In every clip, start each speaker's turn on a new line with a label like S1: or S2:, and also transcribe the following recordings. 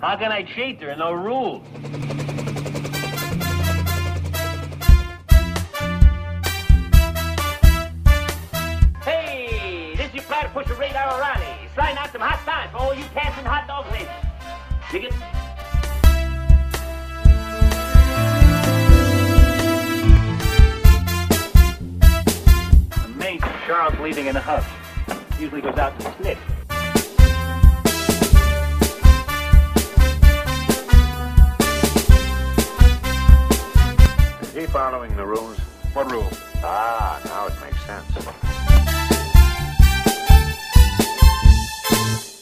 S1: can I cheat? There are no rules. Hey, this is Platypus Radar O'Reilly. Sliding out some hot signs for all you passing hot dog places. Dig it? Amazing. Charles leaving in a huff. Usually goes out to snitch.
S2: Is he following the rules? What rule? Ah, now it makes sense.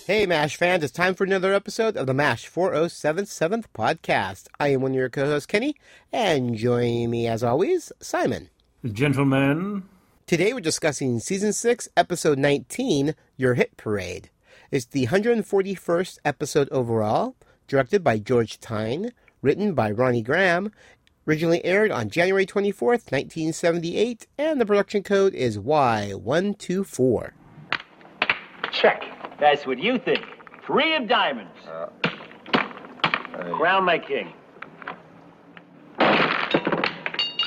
S3: Hey, MASH fans, it's time for another episode of the MASH 4077th podcast. I am one of your co hosts, Kenny, and joining me, as always, Simon.
S4: Gentlemen,
S3: Today we're discussing Season 6, Episode 19, Your Hit Parade. It's the 141st episode overall, directed by George Tyne, written by Ronnie Graham, originally aired on January 24th, 1978, and the production code is Y124.
S1: Check. That's what you think. Three of diamonds.
S2: Uh,
S1: Crown my king.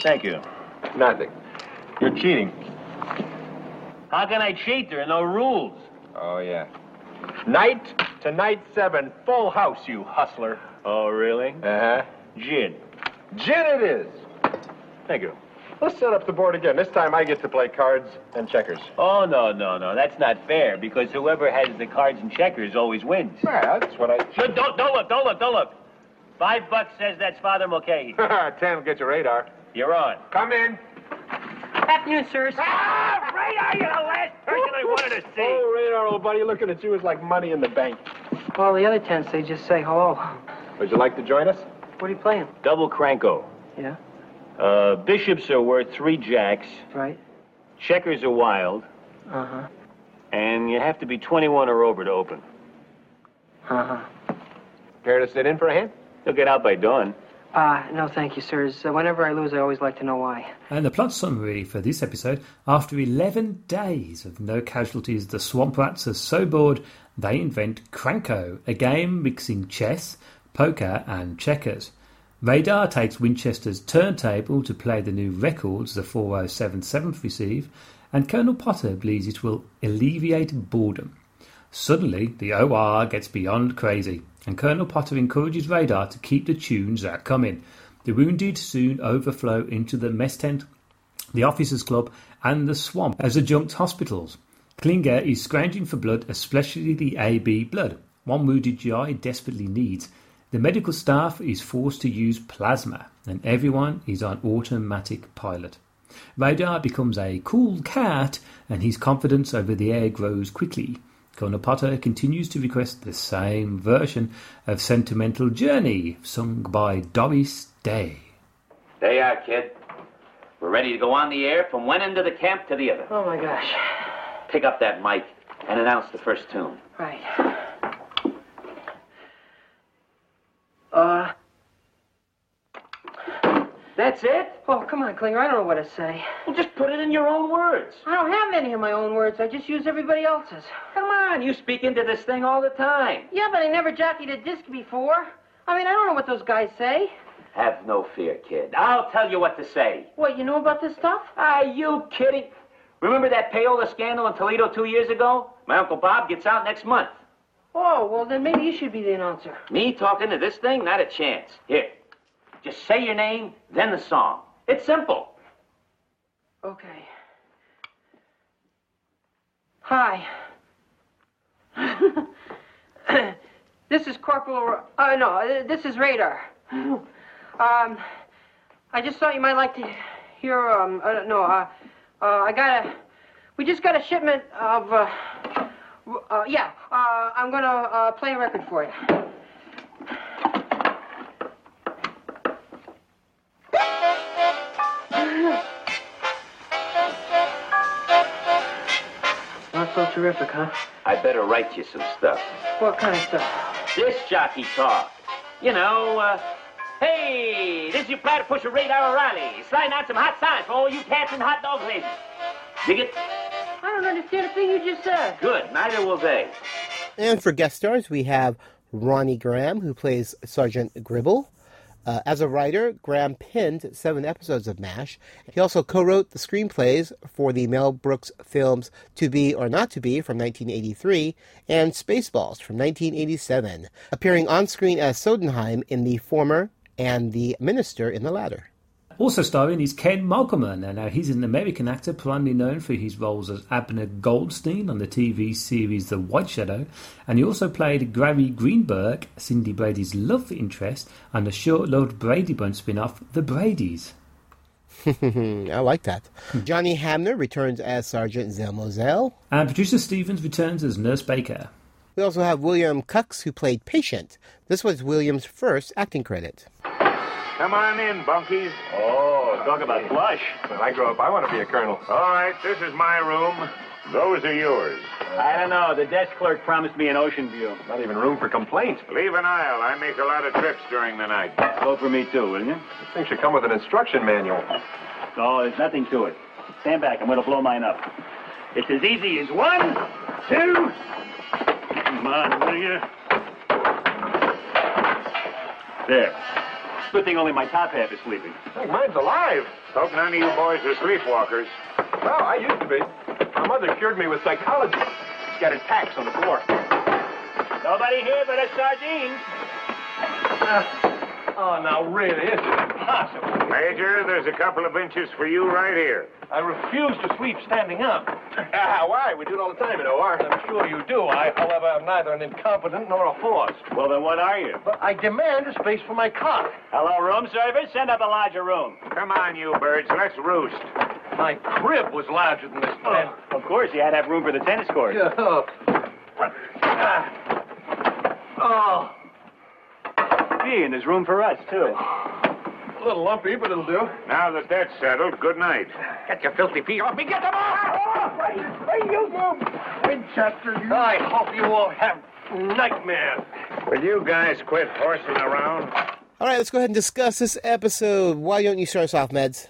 S1: Thank you.
S2: Nothing.
S5: You're cheating.
S1: How can I cheat? There are no rules.
S5: Oh, yeah.
S2: Night to night seven, full house, you hustler.
S1: Oh, really?
S2: Uh huh.
S1: Gin.
S2: Gin it is.
S1: Thank you.
S2: Let's set up the board again. This time I get to play cards and checkers.
S1: Oh, no, no, no. That's not fair because whoever has the cards and checkers always wins.
S2: Yeah, that's what
S1: So don't, don't look, don't look, don't look. Five bucks says that's Father Mulcahy.
S2: I. Ten will get your radar.
S1: You're on.
S2: Come in.
S1: Afternoon, sirs. Ah, radar, you're the last person I wanted to see.
S2: Oh, radar, old buddy, looking at you is like money in the bank.
S6: All the other tents, they just say hello.
S2: Would you like to join us?
S6: What are you playing?
S1: Double cranko.
S6: Yeah,
S1: Uh, bishops are worth three jacks.
S6: right.
S1: Checkers are wild.
S6: Uh huh.
S1: And you have to be 21 or over to open.
S6: Uh
S2: Care to sit in for a hand?
S1: You'll get out by dawn.
S6: huh. Uh, no, thank you, sirs. Uh, whenever I lose, I always like to know why.
S4: and the plot summary for this episode after 11 days of no casualties, the Swamp Rats are so bored they invent Cranko, a game mixing chess, poker, and checkers. Radar takes Winchester's turntable to play the new records the 4077th receive, and Colonel Potter believes it will alleviate boredom. Suddenly, the OR gets beyond crazy, and Colonel Potter encourages Radar to keep the tunes that coming. The wounded soon overflow into the mess tent, the officers' club, and the swamp as adjunct hospitals. Klinger is scrounging for blood, especially the AB blood, one wounded GI desperately needs. The medical staff is forced to use plasma, and everyone is on automatic pilot. Radar becomes a cool cat, and his confidence over the air grows quickly. Colonel Potter continues to request the same version of Sentimental Journey, sung by Doris Day.
S7: There you are, kid. We're ready to go on the air from one end of the camp to the other.
S6: Oh my gosh.
S7: Pick up that mic and announce the first tune.
S6: Right. Uh.
S7: That's it?
S6: Oh, come on, Klinger. I don't know what to say.
S7: Well, just put it in your own words.
S6: I don't have any of my own words. I just use everybody else's.
S7: Come on, you speak into this thing all the time.
S6: Yeah, but I never jockeyed a disc before. I mean, I don't know what those guys say.
S7: Have no fear, kid. I'll tell you what to say.
S6: What, you know about this stuff?
S7: Are you kidding? Remember that payola scandal in Toledo two years ago? My Uncle Bob gets out next month.
S6: Oh, well, then maybe you should be the announcer.
S7: Me talking to this thing? Not a chance. Here, just say your name, then the song. It's simple.
S6: Okay. Hi. this is Corporal. Ra- Uh, no, uh, this is Radar. Um, I just thought you might like to hear. Um, uh, no, uh, uh, I got a. We just got a shipment of. Uh, uh, yeah, uh, I'm gonna uh, play a record for you. Not so terrific, huh?
S7: I better write you some stuff.
S6: What kind of stuff?
S7: This jockey talk. You know, uh,
S1: Hey, this is your platypus radar O'Reilly. Sliding out some hot signs for all you cats and hot dog places.
S7: dig it?
S6: I don't understand a thing you just said.
S7: Good, neither will they.
S3: And for guest stars, we have Ronnie Graham, who plays Sergeant Gribble. Uh, as a writer, Graham penned seven episodes of MASH. He also co wrote the screenplays for the Mel Brooks films To Be or Not to Be from 1983 and Spaceballs from 1987, appearing on screen as Sodenheim in the former and the minister in the latter.
S4: Also starring is Ken Malcolman, and now he's an American actor primarily known for his roles as Abner Goldstein on the TV series The White Shadow, and he also played Gary Greenberg, Cindy Brady's love interest, on the short-lived Brady Bunch spin-off The Bradys.
S3: Mm, I like that. Johnny Hamner returns as Sergeant Zelmozell.
S4: And producer Stevens returns as Nurse Baker.
S3: We also have William Cux, who played Patient. This was William's first acting credit.
S8: Come on in, bunkies.
S9: Oh, talk about flush.
S8: When I grow up, I want to be a colonel. All right, this is my room. Those are yours.
S7: I don't know. The desk clerk promised me an ocean view.
S9: Not even room for complaints.
S8: Leave an aisle. I make a lot of trips during the night.
S7: Go for me too, will you?
S9: This thing should come with an instruction manual.
S7: No, Oh, there's nothing to it. Stand back. I'm going to blow mine up. It's as easy as one, two. Come on, will you? There. Good thing only my top half is sleeping.
S9: I think mine's alive.
S8: Hope none of you boys are sleepwalkers.
S9: Well, I used to be. My mother cured me with psychology. Scattered packs on the floor.
S7: Nobody here but us sardines.
S9: Oh, now really, it's impossible.
S8: Major, there's a couple of inches for you right here.
S9: I refuse to sleep standing up. Ah, why? We do it all the time in OR. I'm sure you do. I, however, am neither an incompetent nor a force.
S7: Well, then what are you?
S9: But I demand a space for my cock.
S7: Hello, room service. Send up a larger room.
S8: Come on, you birds. Let's roost.
S9: My crib was larger than this tent.
S7: Of course, you had to have room for the tennis court.
S9: Oh.
S7: Ah.
S9: Oh,
S7: Gee, and there's room for us, too.
S9: a little lumpy, but it'll do.
S8: Now that that's settled, good night.
S9: Get your filthy feet off me. Get them off! Winchester, you... I hope you won't have nightmares.
S8: Will you guys quit horsing around?
S3: All right, let's go ahead and discuss this episode. Why don't you start us off, Meds?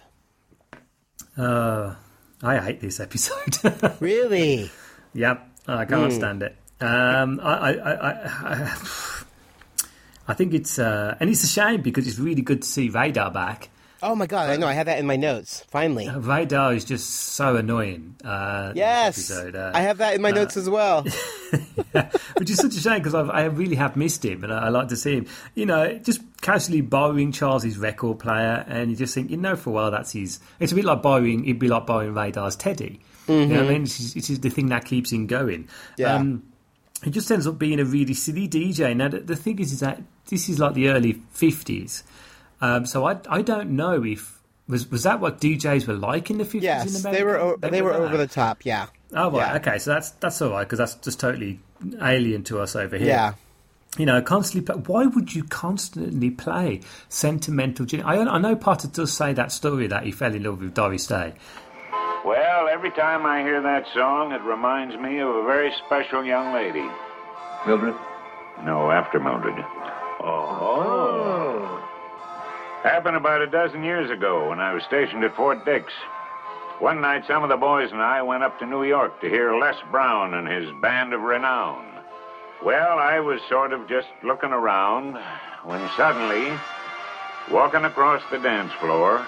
S4: Uh, I hate this episode.
S3: Really?
S4: Yep, I
S3: Hmm.
S4: can't stand it. Um, I, I, I, I, I think it's uh, and it's a shame because it's really good to see Radar back.
S3: Oh my god, Oh, I know. I had that in my notes. Finally.
S4: Radar is just so annoying. Uh, in this
S3: Yes.
S4: episode, uh,
S3: I have that in my notes as well.
S4: which is such a shame because I really have missed him and I, I like to see him. You know, just casually borrowing Charles's record player, and you just think, you know, for a while that's his. It's a bit like borrowing. It'd be like borrowing Radar's Teddy. You know what I mean? It's, just- it's just the thing that keeps him going.
S3: Mm-hmm.
S4: Um,
S3: Yeah.
S4: he just ends up being a really silly DJ. Now, the, the thing is, is that this is like the early 50s. Um, so I, I don't know if. Was, was that what DJs were like in the 50s in
S3: Yes,
S4: America?
S3: they were o- they were over
S4: that.
S3: the top. Yeah.
S4: Oh, right.
S3: Yeah.
S4: Okay, so that's that's all right because that's just totally alien to us over here.
S3: Yeah.
S4: You know, constantly. Play, why would you constantly play sentimental? Gin- I, I know Potter does say that story that he fell in love with Doris Day.
S8: Well, every time I hear that song, it reminds me of a very special young lady.
S9: Mildred?
S8: No, after Mildred. Oh. Happened about a dozen years ago when I was stationed at Fort Dix. One night, some of the boys and I went up to New York to hear Les Brown and his band of renown. Well, I was sort of just looking around when suddenly, walking across the dance floor,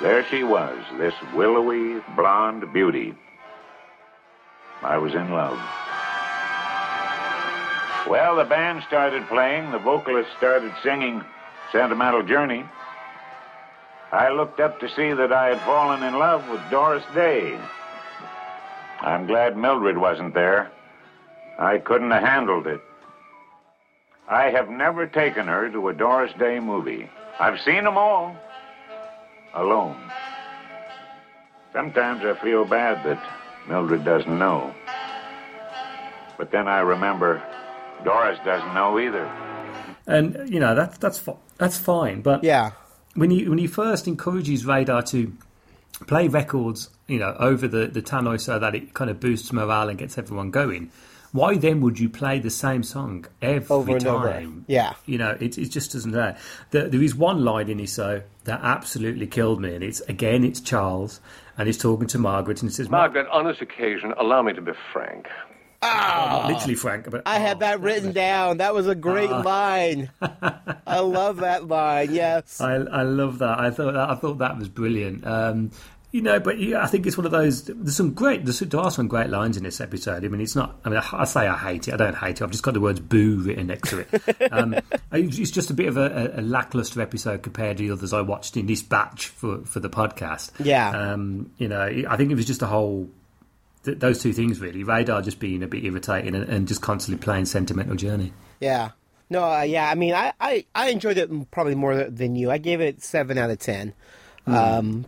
S8: there she was, this willowy blonde beauty. I was in love. Well, the band started playing, the vocalist started singing Sentimental Journey. I looked up to see that I had fallen in love with Doris Day. I'm glad Mildred wasn't there. I couldn't have handled it. I have never taken her to a Doris Day movie. I've seen them all. Alone. Sometimes I feel bad that Mildred doesn't know. But then I remember Doris doesn't know either.
S4: And you know that that's fi- that's fine, but
S3: Yeah.
S4: when he when he first encourages Radar to play records, you know, over the the tannoy so that it kind of boosts morale and gets everyone going. Why then would you play the same song every
S3: Over and
S4: time?
S3: over. Yeah.
S4: you know, it, it just doesn't there. there. There is one line in Iso that absolutely killed me, and it's again, it's Charles, and he's talking to Margaret, and he says,
S2: Margaret, on this occasion, allow me to be frank.
S4: Not literally Frank, but
S3: Ah, I had Oh, that written down. That was Ah. a great line. I love that line. Yes.
S4: I, I love that. I thought that, I thought that was brilliant. Um, you know, but yeah, I think it's one of those. There's some great. There's, there are some great lines in this episode. I mean, it's not. I mean, I, I say I hate it. I don't hate it. I've just got the words "boo" written next to it. Um, I- it's just a bit of a, a, a lackluster episode compared to the others I watched in this batch for for the podcast.
S3: Yeah.
S4: Um, you know, I think it was just a whole. Th- those two things really. Radar just being a bit irritating and, and just constantly playing sentimental journey.
S3: Yeah. No, uh, yeah. I mean, I, I, I enjoyed it m- probably more th- than you. I gave it seven out of ten, um,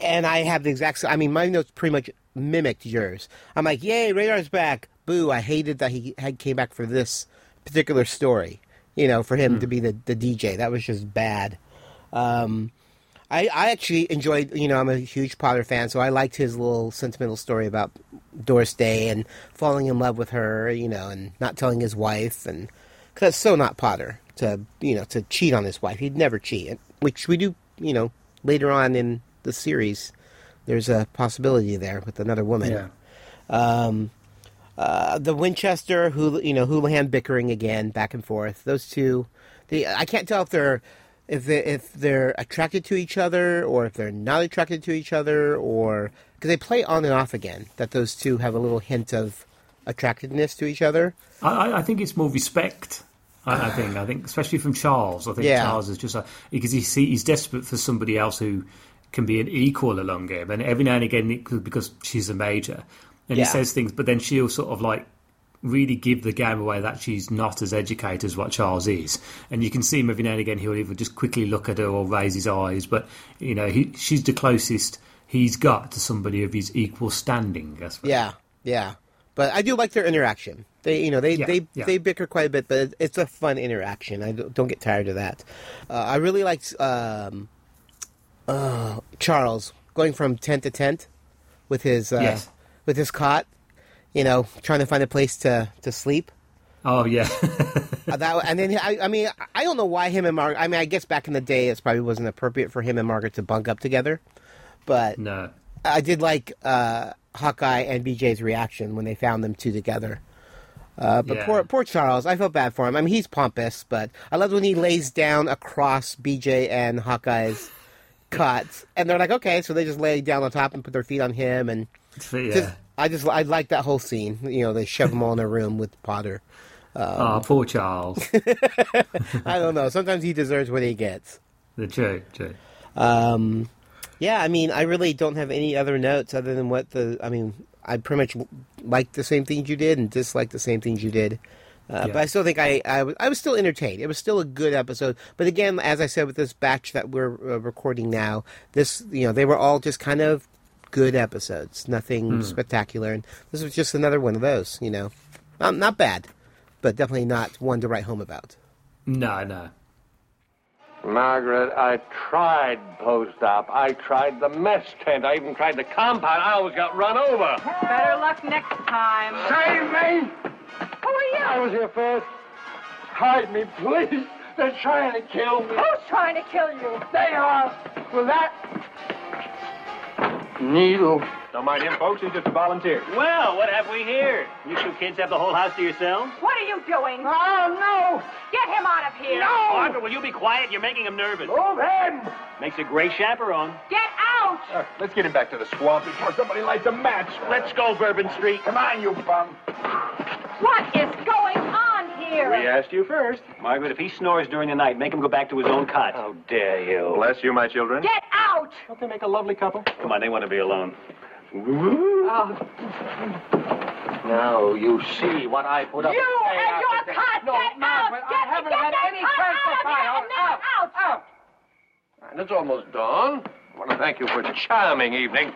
S3: and I have the exact. s- I mean, my notes pretty much mimicked yours. I'm like, yay, Radar's back. Boo! I hated that he had came back for this particular story. You know, for him to be the, the DJ, that was just bad. Um, I, I actually enjoyed, you know, I'm a huge Potter fan, so I liked his little sentimental story about Doris Day and falling in love with her, you know, and not telling his wife, and because that's so not Potter to, you know, to cheat on his wife. He'd never cheat, and- which we do, you know, later on in the series. There's a possibility there with another woman the Winchester, Hou- you know, Houlihan bickering again back and forth. Those two, the I can't tell if they're if they if they're attracted to each other or if they're not attracted to each other or because they play on and off again. That those two have a little hint of attractiveness to each other.
S4: I, I- I think it's more respect. I, I think. I think, especially from Charles. I think
S3: Yeah.
S4: Charles is just a, because he see, he's desperate for somebody else who can be an equal along him, and every now and again it- because she's a major, and he
S3: Yeah.
S4: says things, but then she'll sort of like really give the game away that she's not as educated as what Charles is, and you can see him every now and again he'll either just quickly look at her or raise his eyes, but you know he, she's the closest he's got to somebody of his equal standing. I suppose.
S3: Yeah, yeah. But I do like their interaction. They, you know, they
S4: Yeah,
S3: they
S4: yeah.
S3: they bicker quite a bit, but it- it's a fun interaction. I don't, don't get tired of that. Uh, I really liked um, uh, Charles going from tent to tent with his uh,
S4: Yes.
S3: with his cot. You know, trying to find a place to to sleep.
S4: Oh yeah.
S3: Uh, that and then I, I mean I don't know why him and Margaret. I mean I guess back in the day it probably wasn't appropriate for him and Margaret to bunk up together, but
S4: no.
S3: I did like uh, Hawkeye and BJ's reaction when they found them two together. Uh, but
S4: Yeah.
S3: poor, poor Charles, I felt bad for him. I mean, he's pompous, but I loved when he lays down across BJ and Hawkeye's cots, and they're like, okay, so they just lay down on top and put their feet on him, and
S4: Yeah.
S3: just, I just I like that whole scene. You know, they shove them all in a room with Potter.
S4: Oh, poor Charles.
S3: I don't know. Sometimes he deserves what he gets.
S4: the true, true.
S3: Um, yeah, I mean, I really don't have any other notes other than what the. I mean, I pretty much w- liked the same things you did and disliked the same things you did. Uh,
S4: Yeah.
S3: But I still think I, I, was, I was still entertained. It was still a good episode. But again, as I said with this batch that we're uh, recording now, this you know they were all just kind of good episodes, nothing spectacular, and this was just another one of those. You know, not, not bad, but definitely not one to write home about.
S4: No, no.
S9: Margaret, I tried post op. I tried the mess tent. I even tried the compound. I always got run over.
S10: Better luck next time.
S9: Save me! Who are you? I was here first. Hide me, please. They're trying to kill me.
S10: Who's trying to kill you?
S9: They are. With that needle. Don't mind him, folks. He's just a volunteer.
S7: Well, what have we here? You two kids have the whole house to yourselves?
S10: What are you doing?
S9: Oh,
S10: Get him out of here.
S7: Margaret, Oh, will you be quiet? You're making him nervous.
S9: no! Move him!
S7: Makes a great chaperone.
S10: Get out.
S9: let's get him back to the swamp before somebody lights a match.
S7: Let's go, Bourbon Street.
S9: Come on, you bum.
S10: What is going on here?
S9: We asked you first.
S7: Margaret, if he snores during the night, make him go back to his own cot.
S9: How dare you? Bless you, my children.
S10: Get out.
S9: Don't they make a lovely couple?
S7: Come on, they want to be alone.
S9: Now you see what I put up.
S10: You
S9: with day
S10: and
S9: after
S10: your
S9: day.
S10: cut.
S9: No,
S10: get
S9: Margaret,
S10: out.
S9: I
S10: Get,
S9: haven't
S10: get
S9: had
S10: that
S9: any
S10: cut
S9: chance to fight.
S10: out of here
S9: Out,
S10: and then out.
S9: And it's almost dawn. I want to thank you for a charming evening.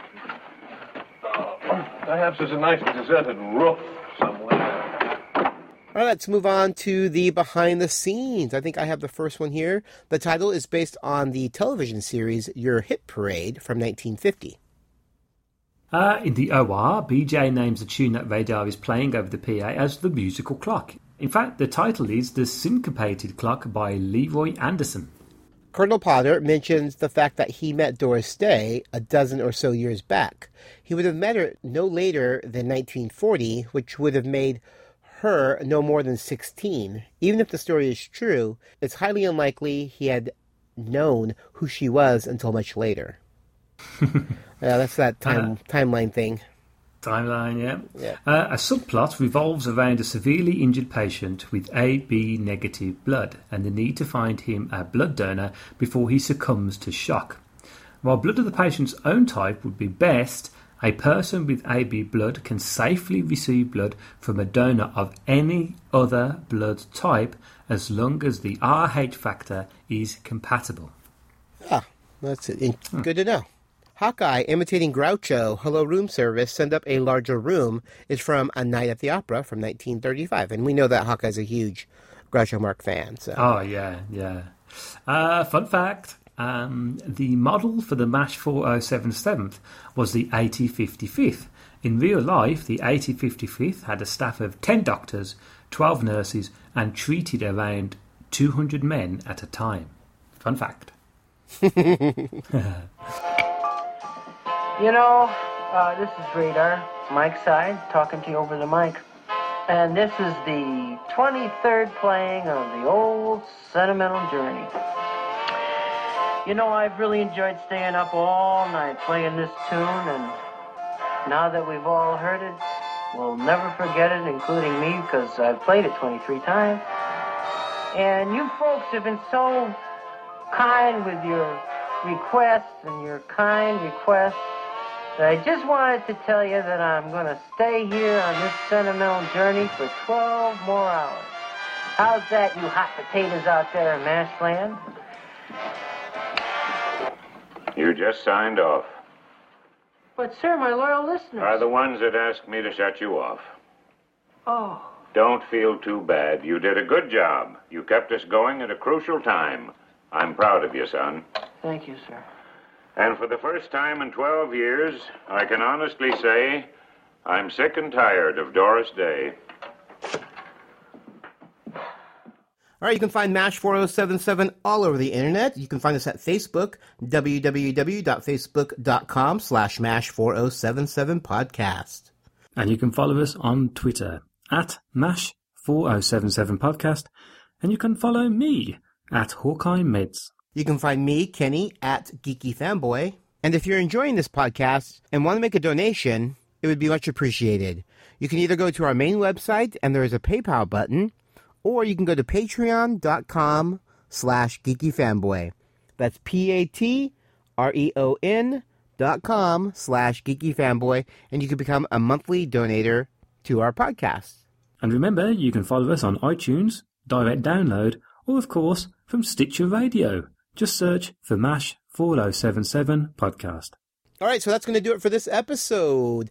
S9: Perhaps there's a nice deserted roof somewhere.
S3: All right, let's move on to the behind the scenes. I think I have the first one here. The title is based on the television series Your Hit Parade from 1950.
S4: Uh, in the OR, BJ names the tune that Radar is playing over the PA as the musical clock. In fact, the title is The Syncopated Clock by Leroy Anderson.
S3: Colonel Potter mentions the fact that he met Doris Day a dozen or so years back. He would have met her no later than 1940, which would have made her no more than 16. Even if the story is true, it's highly unlikely he had known who she was until much later. yeah, that's that time timeline thing.
S4: Timeline, yeah. Uh, a subplot revolves around a severely injured patient with AB negative blood and the need to find him a blood donor before he succumbs to shock. While blood of the patient's own type would be best, a person with AB blood can safely receive blood from a donor of any other blood type as long as the Rh factor is compatible.
S3: Ah, that's it. In- good to know. Hawkeye imitating Groucho, Hello Room Service, Send Up a Larger Room is from A Night at the Opera from 1935. And we know that Hawkeye's a huge Groucho Mark fan. So
S4: Oh yeah, yeah. Uh, fun fact: um, the model for the Mash 407 7th was the 8055th. In real life, the 8055th had a staff of 10 doctors, 12 nurses, and treated around 200 men at a time. Fun fact.
S10: You know, uh, this is Radar, Mike Side, talking to you over the mic. And this is the 23rd playing of the old sentimental journey. You know, I've really enjoyed staying up all night playing this tune, and now that we've all heard it, we'll never forget it, including me, because I've played it 23 times. And you folks have been so kind with your requests and your kind requests. But I just wanted to tell you that I'm going to stay here on this sentimental journey for 12 more hours. How's that, you hot potatoes out there in Mashland?
S8: You just signed off.
S10: But, sir, my loyal listeners.
S8: Are the ones that asked me to shut you off.
S10: Oh,
S8: Don't feel too bad. You did a good job. You kept us going at a crucial time. I'm proud of you, son.
S10: thank you, sir.
S8: And for the first time in 12 years, I can honestly say I'm sick and tired of Doris Day.
S3: All right, you can find MASH 4077 all over the internet. You can find us at Facebook, www.facebook.com slash MASH 4077 podcast.
S4: And you can follow us on Twitter at MASH4077podcast. And you can follow me at Hawkeye Meds.
S3: You can find me, Kenny, at Geeky Fanboy. And if you're enjoying this podcast and want to make a donation, it would be much appreciated. You can either go to our main website and there is a PayPal button, or you can go to patreon.com slash geekyfanboy. That's P-A-T-R-E-O-N E dot com slash geekyfanboy, and you can become a monthly donator to our podcast.
S4: And remember, you can follow us on iTunes, direct download, or of course from Stitcher Radio. Just search for MASH 4077 podcast.
S3: All right, so that's going to do it for this episode.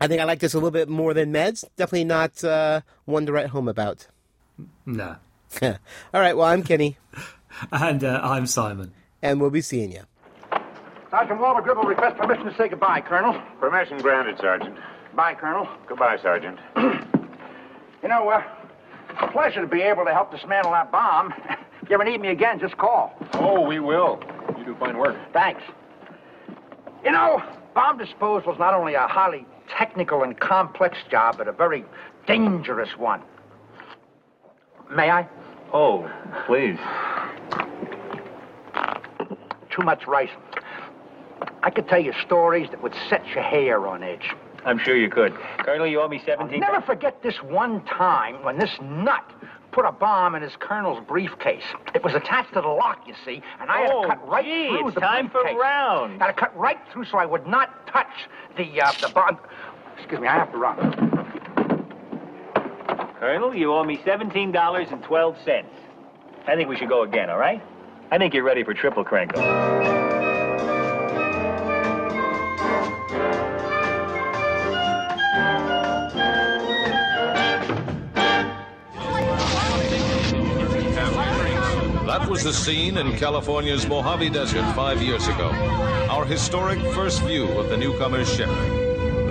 S3: I think I like this a little bit more than meds. Definitely not uh, one to write home about.
S4: No.
S3: All right, well, I'm Kenny,
S4: And uh, I'm Simon.
S3: and we'll be seeing you.
S9: Sergeant Walter will request permission to say goodbye, Colonel.
S8: Permission granted, Sergeant.
S9: Bye, Colonel.
S8: Goodbye, Sergeant.
S9: You know, uh, it's a pleasure to be able to help dismantle that bomb. if you ever need me again, just call.
S2: Oh, we will. You do fine work.
S9: Thanks. You know, bomb disposal is not only a highly technical and complex job, but a very dangerous one. May I?
S2: Oh, please.
S9: Too much rice. I could tell you stories that would set your hair on edge.
S2: I'm sure you could. Colonel, you owe me 17.
S9: Never forget this one time when this nut put a bomb in his colonel's briefcase. It was attached to the lock, you see, and I had
S2: Oh,
S9: to cut right
S2: gee,
S9: through
S2: it's
S9: the
S2: time for
S9: briefcase.
S2: rounds.
S9: Had to cut right through so I would not touch the uh, the bomb. Excuse me, I have to run.
S2: Colonel, you owe me $17.12. I think we should go again, all right? I think you're ready for triple crankle.
S11: That was the scene in California's Mojave Desert five years ago. Our historic first view of the newcomer's ship.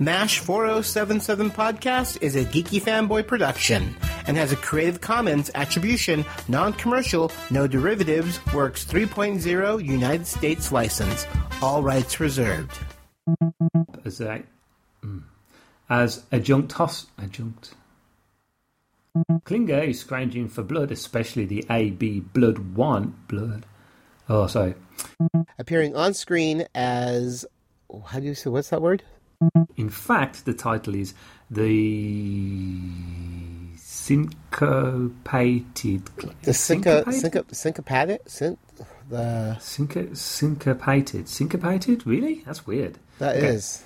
S3: MASH 4077 Podcast is a geeky fanboy production and has a Creative Commons attribution, non commercial, no derivatives, works 3.0 United States license. All rights reserved.
S4: as a mm, as adjunct hos adjunct. Klinger is scrounging for blood, especially the AB blood one blood. Oh, sorry,
S3: Appearing on screen as. How do you say? What's that word?
S4: In fact, the title is The Syncopated. Cl-
S3: The synco,
S4: Syncopated?
S3: synco, syncopated? Syn, the,
S4: Synco- syncopated. Syncopated? Really? That's weird.
S3: that is.